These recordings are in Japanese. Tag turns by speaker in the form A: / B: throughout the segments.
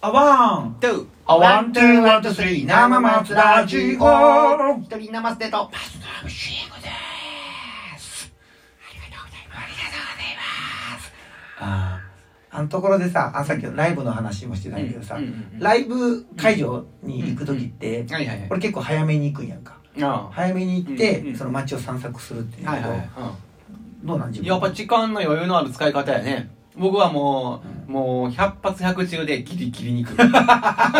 A: あワン、
B: トゥ
A: あワン、ツー、ワン、ツー、スリー、生松ラジオ
B: 一人生ステと
A: あーあのところでさ、あさっきのライブの話もしてたんだけどさ、
B: うんうんうん
A: ライブ会場に行く時って、
B: はいはいはい
A: 俺結構早めに行くんやんか。
B: あ
A: 早めに行って、
B: うんうん
A: その街を散策するっていう
B: あ
A: の
B: は
A: を
B: いはい
A: どうなん自
B: うん
A: 分
B: やっぱ時間の余裕のある使い方やね僕はも
A: う
B: うもう100発100中でギリギリに 来る
A: まあ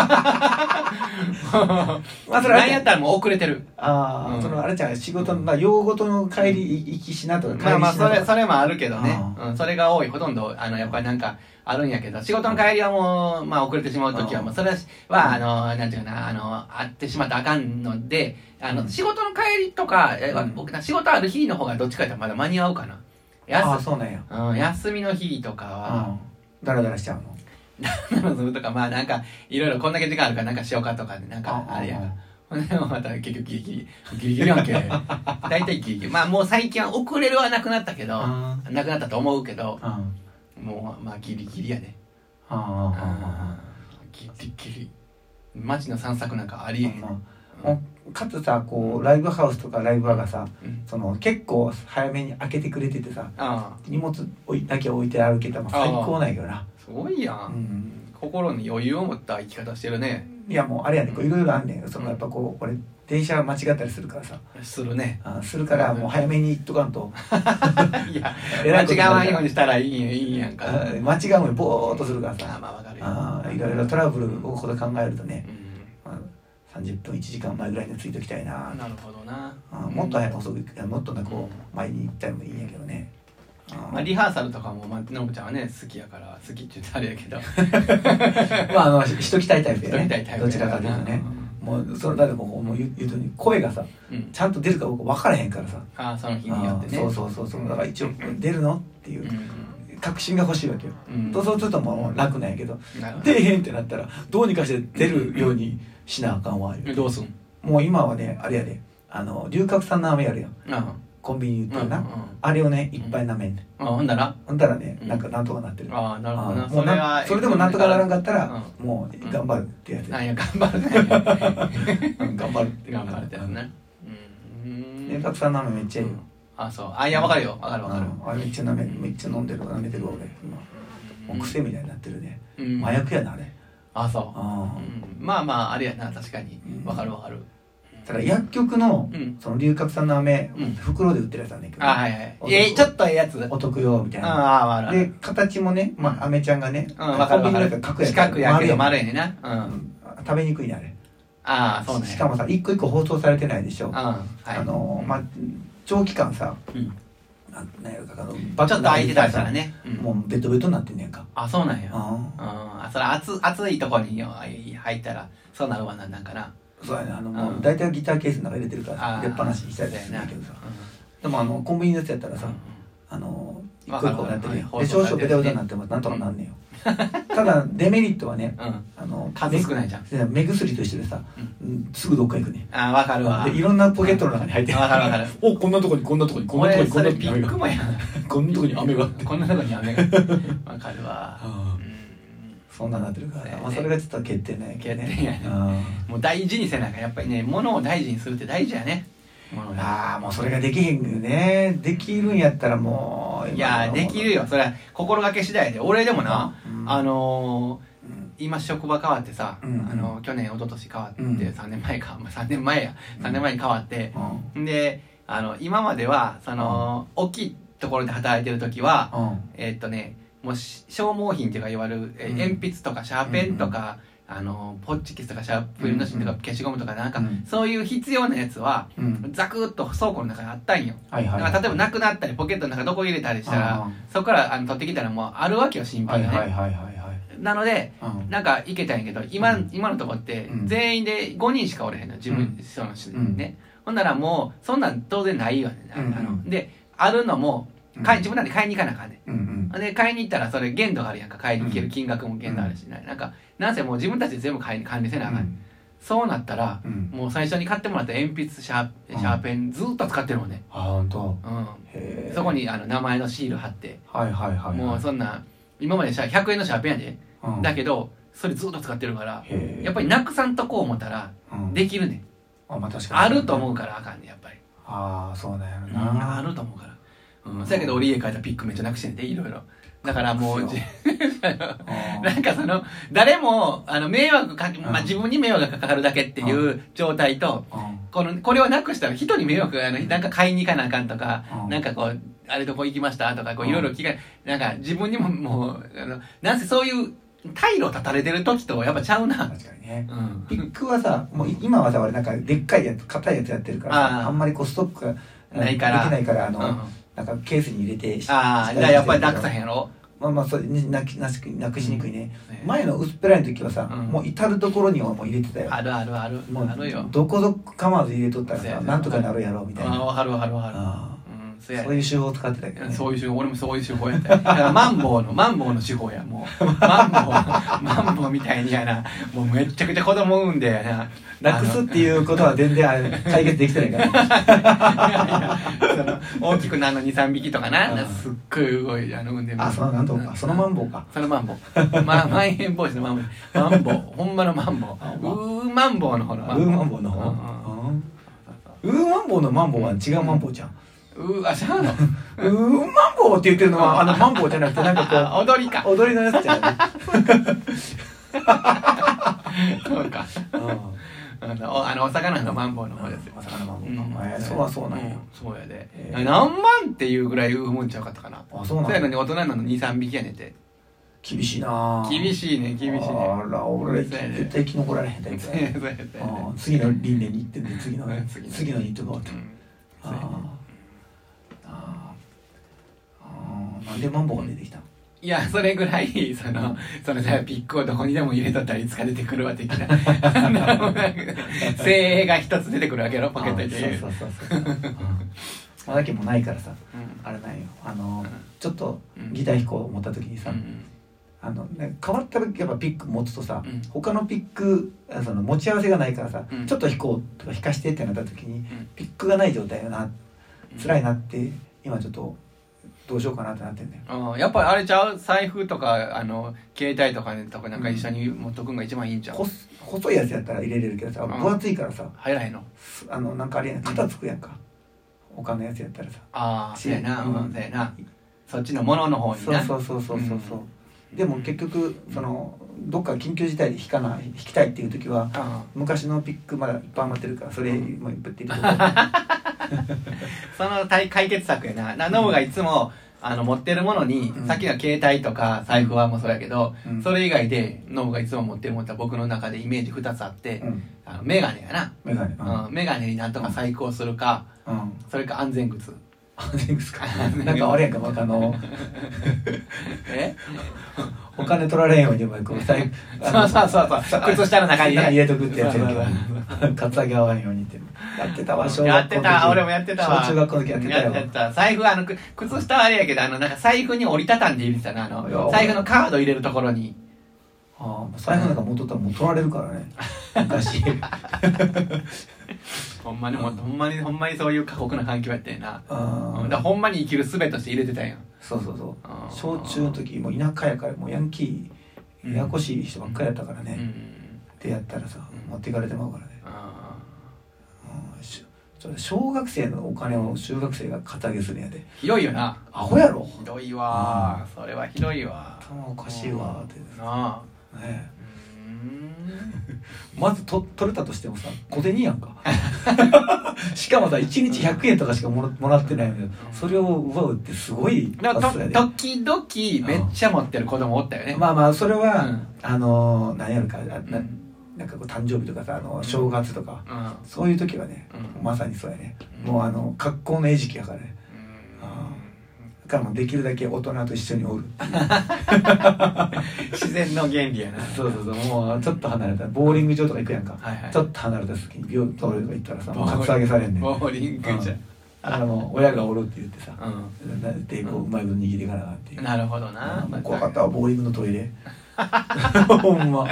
A: それは
B: 何やったらもう遅れてる
A: ああ、
B: うん
A: そのあれじゃん仕事の、まあ、用ごとの帰り行きしなとか帰りしなとか、
B: まあまあそれそれもあるけどね
A: あ、
B: うん、それが多いほとんどあのやっぱりなんかあるんやけど仕事の帰りはもう、まあ、遅れてしまう時は
A: あ
B: もうそれはあのなんていうかなあの会ってしまったらあかんのであの、
A: うん
B: 仕事の帰りとか、え
A: うん
B: 僕な仕事ある日の方がどっちかやったらまだ間に合うかな
A: ああ
B: 休,、
A: そうなんや
B: うん、休みの日とかは、
A: ダラダラしちゃうの
B: とか まあなんかいろいろこんだけ時間あるからなんかしようかとかなんかあれやん
A: あ
B: ほんでまた結局ギリギリギリギ リやんけ大体ギリギリまあもう最近は遅れるはなくなったけど
A: あ
B: なくなったと思うけど
A: ああ
B: もうまあギリギリやね
A: ああ
B: ギリギリ街の散策なんかありえへん、
A: ああかつさこうライブハウスとかライブバーがさ
B: うん
A: その結構早めに開けてくれててさ
B: ああ
A: 荷物置いだけ置いて歩けたら最高なんやけどな、
B: すごいや、
A: うんん、
B: 心に余裕を持った生き方してるね
A: いやもうあれやねこういろいろあんねんその
B: うん
A: やっぱこう俺電車間違ったりするからさ
B: するね
A: あするからもう早めに行っとかんと
B: いや
A: えら
B: 間
A: いこと
B: 違
A: になる
B: わんようにしたらいいんやいいんやんか
A: あ
B: あ
A: 間違うもんぼーっとするから
B: あ
A: さ
B: まあわかるよ
A: あーいろいろトラブルをこと考えるとね、
B: うん
A: まあ、30分1時間前ぐらいについておきたいな
B: なるほどな
A: あーもっと
B: うん
A: 早く遅く行くいやもっとねこう前に行ったりもいいんやけどねあー
B: まあ、リハーサルとかも、まあ、のぶちゃんはね好きやから好きって言ったらあれや けど
A: まああの人来たいタイプ
B: 人
A: や
B: みたい
A: ね
B: タイプ
A: どちらかというとねもうそれだってもうもう言う言うとおり声がさ
B: うん、
A: ちゃんと出るか僕分からへんからさ
B: ああその日によってね
A: あーそうそうそうそうだから一応出るのっていううん確信が欲しいわけよ
B: うん
A: とそうするともう楽なんやけど
B: なるほど
A: 出えへんってなったらどうにかして出るようにしなあかんわ
B: えどうすん
A: もう今はねあれやであの龍角散の飴やるやん
B: あ
A: コンビニ売ってるな、
B: うんうん
A: あれをねいっぱい舐めんねん
B: あほんなら
A: ほんだらね
B: うん
A: なんかなんとかなってる、
B: ああなるほど
A: あ
B: な
A: ーもうなそれでもなんとかならんかったら、も
B: う
A: うん頑張るってやつ、
B: なんや頑張るね
A: うん頑張るって
B: 頑張るってやつねうん
A: 龍角散の飴めっちゃいいよ、
B: あそうあいやわかるよわかるわかる
A: うんあれめっちゃ舐めめっちゃ飲んでる舐めてるわ俺今もう癖みたいになってるね、
B: うん
A: 麻薬やなあれ
B: あそう
A: あ
B: うんまあまああれやな確かに
A: うん
B: わかるわかる
A: ーただ薬局の
B: うん
A: その龍角散の飴、
B: うん
A: 袋で売ってるやつなんだけど、
B: あはいはいえちょっとええやつ
A: お得よみたいな
B: ああわかる
A: で形もね、まあ、飴ちゃんがね、
B: うんわかるわか
A: コンビニなん
B: る
A: か角や
B: 四角やけど
A: 丸
B: 丸いねんなう
A: やん
B: ん
A: 食べにくいねあれ
B: ああそうね
A: しかもさ一個一個包装されてないでしょ
B: うん
A: あ
B: はい
A: のーまあ長期間さ
B: うん
A: なんなんやろかあの
B: ちょっと空いてたりしたら
A: ね
B: ねうん
A: もうベトベトになってんねんか
B: あそうなんや
A: ああ
B: あそれ暑暑いとこに入ったらそうなるわななんかな
A: そうやねあの
B: う
A: もうん大体ギターケースの中入れてるから
B: あ
A: 出っ放しにしたりするんだ
B: な
A: けどさ
B: う
A: でもあのコンビニのやつやったらさ
B: ん
A: あの一
B: わ
A: 個
B: か
A: 一
B: る
A: 個
B: わか
A: なっ
B: る
A: てるやん
B: はい
A: で少
B: 包
A: 々
B: 装され
A: ベ
B: てる
A: タベタになってもなんとか なんねんよただデメリットはね
B: うんうん
A: あの
B: 数少ないじゃん
A: ん目薬と一緒でさうんすぐどっか行くねん
B: あわかるわ
A: でいろんなポケットの中に入って
B: わかるわかる
A: おこんなとこにこんなとこにこんなとこ
B: 俺
A: にこ
B: そ
A: んな
B: れ
A: とこ
B: ピ
A: に雨
B: ッ
A: が
B: クもやん
A: こんなとこに雨があって
B: こんなとこに雨がわかるわ
A: ああ
B: うん
A: そんなんなってるから
B: そうや
A: な、
B: ね
A: まあ、それがちょっと欠点なんやけどね
B: 欠点やねもう大事にせなあかんやっぱりね物を大事にするって大事やね物を
A: うん
B: ね
A: ああもうそれができへんよねできるんやったらもう
B: いやできる
A: よ
B: よそれは心がけ次第で俺でもな、
A: うん
B: あの
A: う
B: ー
A: ん
B: 今職場変わってさ、
A: うん
B: あの去年一昨年変わって、
A: うん
B: 3年前か、まあ、3年前や
A: うん
B: 3年前に変わって、
A: うん
B: であの今まではその、大きいところで働いてる時は、
A: うん
B: えーっとねもうし消耗品っていうかいわゆる、えー
A: うん
B: 鉛筆とかシャーペンとか、あのポッチキスとかシャープの芯とか
A: うん
B: 消しゴムとかなんか、
A: うん
B: そういう必要なやつは
A: うん
B: ザクッと倉庫の中にあったんよ、
A: はいはい
B: だから例えばなくなったりポケットの中どこ入れたりしたら、
A: うん
B: そこからあの取ってきたらもうあるわけよ心
A: は
B: 配
A: い
B: がね、
A: はいはいはいはい
B: なので
A: うん
B: なんかいけたんやけど今,、
A: うん
B: 今のとこって
A: うん
B: 全員で5人しかおれへんの自分、
A: う
B: そのし
A: うん
B: ねほんならもうそんなん当然ないよね、あ
A: うんうん
B: あのであるのも買い自分なんで買いに行かなあかんね
A: うんうん
B: んで買いに行ったらそれ限度があるやんか買いに行ける金額も限度あるし、ななんかなんせもう自分たちで全部買いに管理せなあかん、そうなったら
A: うん
B: もう最初に買ってもらった鉛筆シャーシャーペンずっと使ってるもんね、
A: あほんと
B: うん、
A: へえ
B: そこにあの名前のシール貼って
A: はいはいはいはい
B: もうそんな今までシャ100円のシャーペンやで、
A: うん
B: だけどそれずっと使ってるから
A: へえ
B: やっぱりなくさんとこう思ったら
A: うん
B: できるねん
A: あまあ確かに
B: あると思うからあかんねんやっぱり、
A: ああそうだよ
B: うん
A: な
B: あると思うからうんそやけど俺家帰ったらピックめっちゃなくしてんでいろいろだからもう
A: そう
B: じ
A: あー
B: なんかその誰もあの迷惑かけ、まあ、
A: うん
B: 自分に迷惑がかかるだけっていう状態と
A: うん
B: このこれをなくしたら人に迷惑があのなんか買いに行かなあかんとか、
A: うん
B: なんかこうあれどこ行きましたとかこ
A: う
B: うんいろいろ聞かなんか自分にももうあのなんせそういう退路立たれてる時とやっぱちゃうな、
A: 確かにね
B: うん、
A: ピックはさもうい今はさ俺なんかでっかいやつ硬いやつやってるから
B: あー
A: あんまりこうストックが
B: ないから
A: できないからあ
B: うん、
A: の、
B: あ
A: なんかケースに入れて
B: あーじゃあやっぱりなくさへんやろ、
A: まあまあそれになきなしなくしにくいね、
B: ね
A: 前の薄っぺらい時はさ、
B: うん
A: もう至る所にはもう入れてたよ
B: あるあるある
A: も
B: あるよ
A: うどこぞかまわず入れとったら
B: そうや
A: さ
B: ね
A: なんとかなるやろうみたい
B: あ
A: な
B: わかるわかるわかる
A: あ
B: うんそ
A: ー
B: うや
A: そういう手法を使ってたけどね
B: そういう手法俺もそういう手法やったよだからマンボウのマンボウの手法やも うマンボウマンボウみたいにやなもうめっちゃくちゃ子供産んでやな
A: なくすっていうことは全然あれ解決できてないからね、
B: その大きくなるの23匹とかな
A: うん
B: すっごい動いてあの産んで
A: あそのなんとかそのマン
B: ボ
A: ボウか
B: そのマンボウまあまん延防止のマンボウマンボウほんまのマンボウ
A: あほんま
B: うーマンボウの方
A: ウ
B: の
A: ーマンボウの
B: う
A: 方
B: ん
A: うんウーマンボウのマンボウは違うマンボウじゃん
B: うんうーあしゃあの
A: ウーマンボウって言ってるのはあのマンボウじゃなくてなんか
B: あ踊りか
A: こう踊りのやつじゃない
B: そうかあのおあのお魚のマンボウの方ですよ
A: お魚マンボ
B: う
A: ウの
B: ん
A: えーそうはそうなんや
B: んそうやで、
A: えー
B: 何万っていうぐらい産むんちゃうかったかな
A: あそう
B: そ
A: なん
B: うやの
A: や
B: に大人なの23匹やねんて
A: 厳しいな
B: 厳
A: い
B: しいね厳しいね
A: あら俺
B: そうやね
A: 絶対生き残られへんタイプ
B: そ
A: だ
B: うや
A: ね
B: そうやそうや
A: うん次の輪廻に行ってんで次の
B: うん次の
A: 次のに行ってこうって
B: うん
A: あ
B: そうやね
A: ーあーあーなんでマンボウが出てきたの
B: いやそれぐらいそのそのさピックをどこにでも入れとったらいつか出てくるわ的な あの精鋭が一つ出てくるわけやろポケットに
A: あそうそうそうそううんまあだけどもうないからさあれなんよあの、
B: うん
A: ちょっと
B: うん
A: ギター弾こう思った時にさ、あのね変わった時やっぱピック持つとさ、
B: うん
A: 他のピックあその持ち合わせがないからさ、
B: うん
A: ちょっと弾こうとか弾かしてってなった時に、
B: ん
A: ピックがない状態よな辛
B: い
A: いなって今ちょっとどうしようかなってなってんだよ。
B: やっぱりあれちゃう財布とかあの携帯とかねとかなんか一緒に持っとくんが一番いいんちゃう
A: こす細いやつやったら入れれるけどさ
B: うん
A: 分厚いからさ、
B: 入らへんの
A: すあのなんかあれやん肩つくやんか、他のやつやったらさ
B: ああそうやな
A: うん
B: うんそうやなそっちのものの方に
A: そう
B: な
A: そうそうそうそうそう、
B: うん
A: でも結局そのどっか緊急事態で弾かな弾きたいっていう時は
B: あ
A: 昔のピックまだいっぱい余ってるからそれもいっぱい入れてる
B: あその対解決策やななノブがいつもあの持ってるものに、
A: うん
B: さっきの携帯とか財布はもうそうやけど、
A: うん
B: それ以外でノブがいつも持ってるものは僕の中でイメージ2つあって、
A: うん
B: あのメガネやな、
A: メガネうん
B: うんメガネになんとか再考するか、
A: うん
B: それか安全 靴
A: あ全ですかなんかあれやんかまたあの
B: え
A: お金取られんようにもこう財布
B: そうそうそう そう靴下の中にね
A: 入れとくってやつや
B: そう
A: けどかつあげ合わんようにってやってたわ小学校の時
B: やってた俺もやってたわ
A: 小中学校の時やってたよ
B: やた財布はあのく靴下はあれやけどあのなんか財布に折りたたんで入れてたなあ
A: いや
B: の財布のカード入れるところに
A: ああ財布なんか持っとったらもう取られるからね昔
B: ほんまにもうほんまにほんまにそういう過酷な環境やったよなうん
A: あ
B: だから
A: あ
B: ほんまに生きる術として入れてたんや
A: そうそうそう
B: あー
A: 小中の時もう田舎やからもうヤンキ
B: うん
A: ーややこしい人ばっかりやったから
B: う
A: ね、
B: ん
A: でやったらさ
B: うん
A: 持っていかれてまうからね、
B: あ
A: うんしそれ小学生のお金を中学生が肩上げするんやで
B: ーひどいよな
A: アホやろ
B: ひどいわーそれはひどいわ
A: 頭おかしいわーって
B: なあ
A: ね
B: う ーん
A: まずと取れたとしてもさ小銭やん かしかもさ1日100円とかしかもらもらってないのよそれを奪うってすごい
B: だから
A: 発想やで
B: と時々めっちゃ持ってる子供おったよね
A: まあまあそれは、
B: うん
A: あのー何やるかあな,、
B: うん
A: なんかこう誕生日とかさあの正月とか、
B: うん
A: そういう時はね、
B: うん
A: まさにそうやね、
B: うん
A: もうあの格好の餌食やからねあ
B: うん
A: だからもうできるだけ大人と一緒におる
B: 自然の原理やな
A: そうそうそうもうちょっと離れたボーリング場とか行くやんか、
B: はいはい
A: ちょっと離れた時にビュートとか行ったらさも
B: ボ
A: う
B: ーリン
A: カツアげされんねん
B: ボーリングじゃ
A: だからもう親がおるって言ってさ、
B: うん
A: なでこううまいこと握りかなっていう、
B: なるほどな
A: あもう怖かったわボーリングのトイ レほんま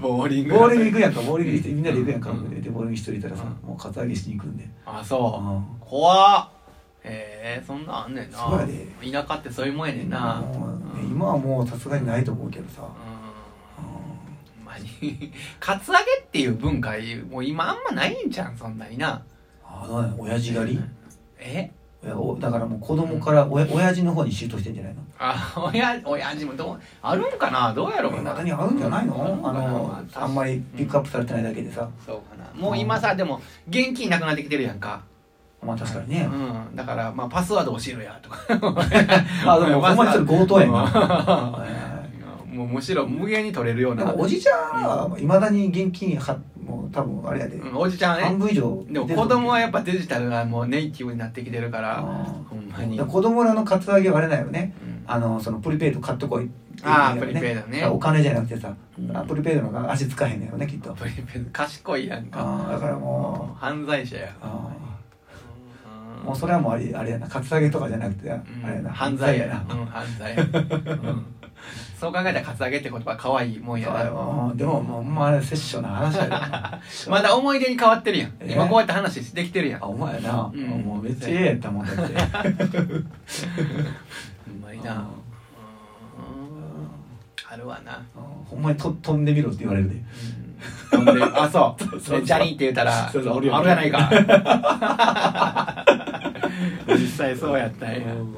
B: ボーリング
A: ボーリング行くやんかボーリング行ってみんなで行くやんか、
B: うん
A: でボーリング一人いたらさ、
B: う
A: もうカツアげしに行くんで、
B: あそう
A: う
B: 怖っへえそんなんあんねんな
A: そうやで
B: 田舎ってそういうもんやねんな
A: もうね
B: うん
A: 今はもうさすがにないと思うけどさ、
B: うん
A: うん
B: 何カツアゲっていう文化もう今あんまないんじゃんそんなにな
A: あのね親父狩り
B: え
A: いやおだからもう子供からおや親父の方にシュートしてんじゃないの
B: あ親親父もどうあるんかなどうやろうな
A: 中にあるんじゃないの、あのあんまりピックアップされてないだけでさ、
B: そうかなもう今さでも現金なくなってきてるやんか
A: まあ確かにね、
B: うんだからまあパスワード教えろやとか
A: あで もほんまにそれ強盗やん
B: う
A: か、
B: ん もうむしろ無限に取れるよう
A: で
B: な
A: もおじちゃんはいまだに現金はもう多分あれやで、
B: うんおじちゃん
A: 半
B: ね
A: 分以上
B: でも子供はやっ
A: ぱ
B: ぱデジタルがもうネイティブになってきてるからほんまに、うん
A: 子供らのカツアゲはあれだよねあのそのプリペイド買っとこいっていうのが
B: あープリペイドね
A: お金じゃなくてさ、あプリペイドの方が足つかへんのよねきっと
B: プリペイド賢いやんか
A: あーだからも
B: 犯罪者や
A: うあ
B: う
A: ー
B: ん
A: もうそれはもうあれあれやなカツアゲとかじゃなくてあ
B: うん
A: れやな
B: 犯罪やなうん犯罪うんそう考えたらカツアゲって言葉可愛いもんや
A: そう
B: な
A: ようんでももうほんまあれ殺生な話やな
B: まだ思い出に変わってるやん
A: えー
B: 今こうやって話できてるやん
A: あ
B: ほ
A: お前やな、
B: うん
A: もうめっちゃええやったもんだって
B: んまになうんあるわな
A: うんほんまにと飛んでみろって言われるで
B: 飛んでるあそう
A: そうそう
B: でジャニーって言ったら
A: そうそうおるよね
B: あるやないか 実際そうやったんや
A: ほんま
B: うん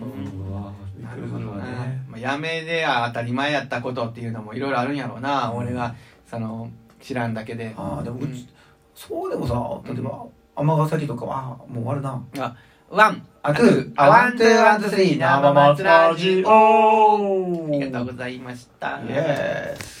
A: ほんまびっ
B: な
A: く
B: る
A: りす
B: ほど
A: るわ
B: ね
A: ね、
B: まあ、やめでは当たり前やったことっていうのもいろいろあるんやろうな、俺がその知らんだけで
A: ああでもうち、
B: うん
A: そうでもさ例えば尼崎とかはあーもう終わるな
B: ワン
A: あ
B: トゥーあワントゥーワントゥースリー生松ラジ
A: オ
B: ありがとうございました
A: イエーイ